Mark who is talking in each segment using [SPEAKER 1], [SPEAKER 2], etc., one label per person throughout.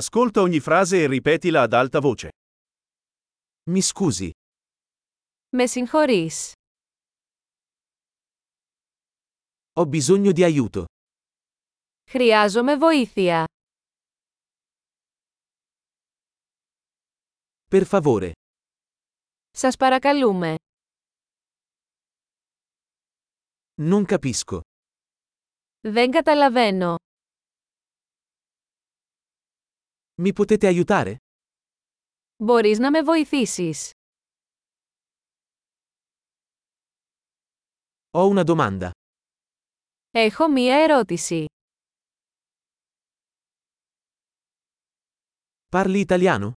[SPEAKER 1] Ascolta ogni frase e ripetila ad alta voce. Mi scusi,
[SPEAKER 2] Με συγχωρείς.
[SPEAKER 1] ho bisogno di aiuto.
[SPEAKER 2] Χρειάζομαι βοήθεια.
[SPEAKER 1] Per favore,
[SPEAKER 2] Σας παρακαλούμε.
[SPEAKER 1] non capisco.
[SPEAKER 2] Δεν καταλαβαίνω.
[SPEAKER 1] Mi potete aiutare?
[SPEAKER 2] Μπορείς να με βοηθήσεις.
[SPEAKER 1] Ho una domanda.
[SPEAKER 2] Έχω μία ερώτηση.
[SPEAKER 1] Parli italiano?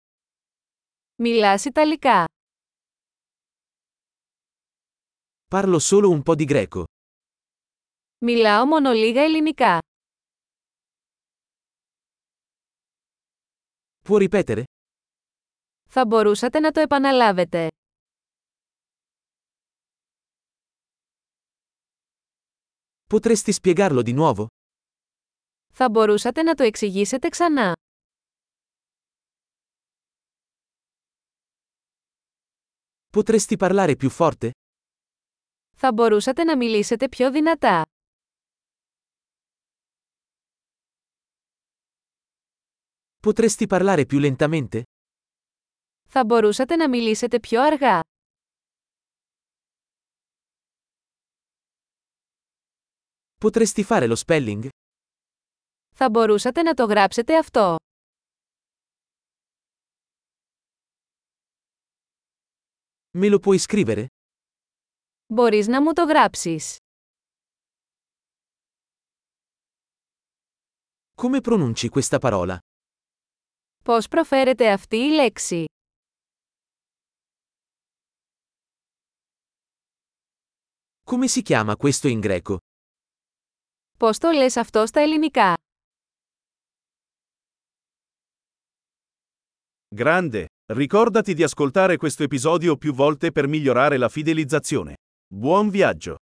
[SPEAKER 2] Μιλάς Ιταλικά.
[SPEAKER 1] Parlo solo un po' di greco.
[SPEAKER 2] Μιλάω μόνο λίγα ελληνικά.
[SPEAKER 1] Può ripetere?
[SPEAKER 2] Θα μπορούσατε να το επαναλάβετε.
[SPEAKER 1] Potresti spiegarlo di nuovo?
[SPEAKER 2] Θα μπορούσατε να το εξηγήσετε ξανά.
[SPEAKER 1] Potresti parlare più forte?
[SPEAKER 2] Θα μπορούσατε να μιλήσετε πιο δυνατά.
[SPEAKER 1] Potresti parlare più lentamente?
[SPEAKER 2] Θα μπορούσατε να μιλήσετε πιο αργά.
[SPEAKER 1] Potresti fare lo spelling?
[SPEAKER 2] Θα μπορούσατε να το γράψετε αυτό.
[SPEAKER 1] Me lo puoi scrivere?
[SPEAKER 2] Μπορείς να μου το γράψεις.
[SPEAKER 1] Come pronunci questa parola?
[SPEAKER 2] Πώς προφέρεται αυτή η λέξη.
[SPEAKER 1] Come si chiama questo in greco?
[SPEAKER 2] Πώς το λες αυτό στα ελληνικά.
[SPEAKER 3] Grande, ricordati di ascoltare questo episodio più volte per migliorare la fidelizzazione. Buon viaggio!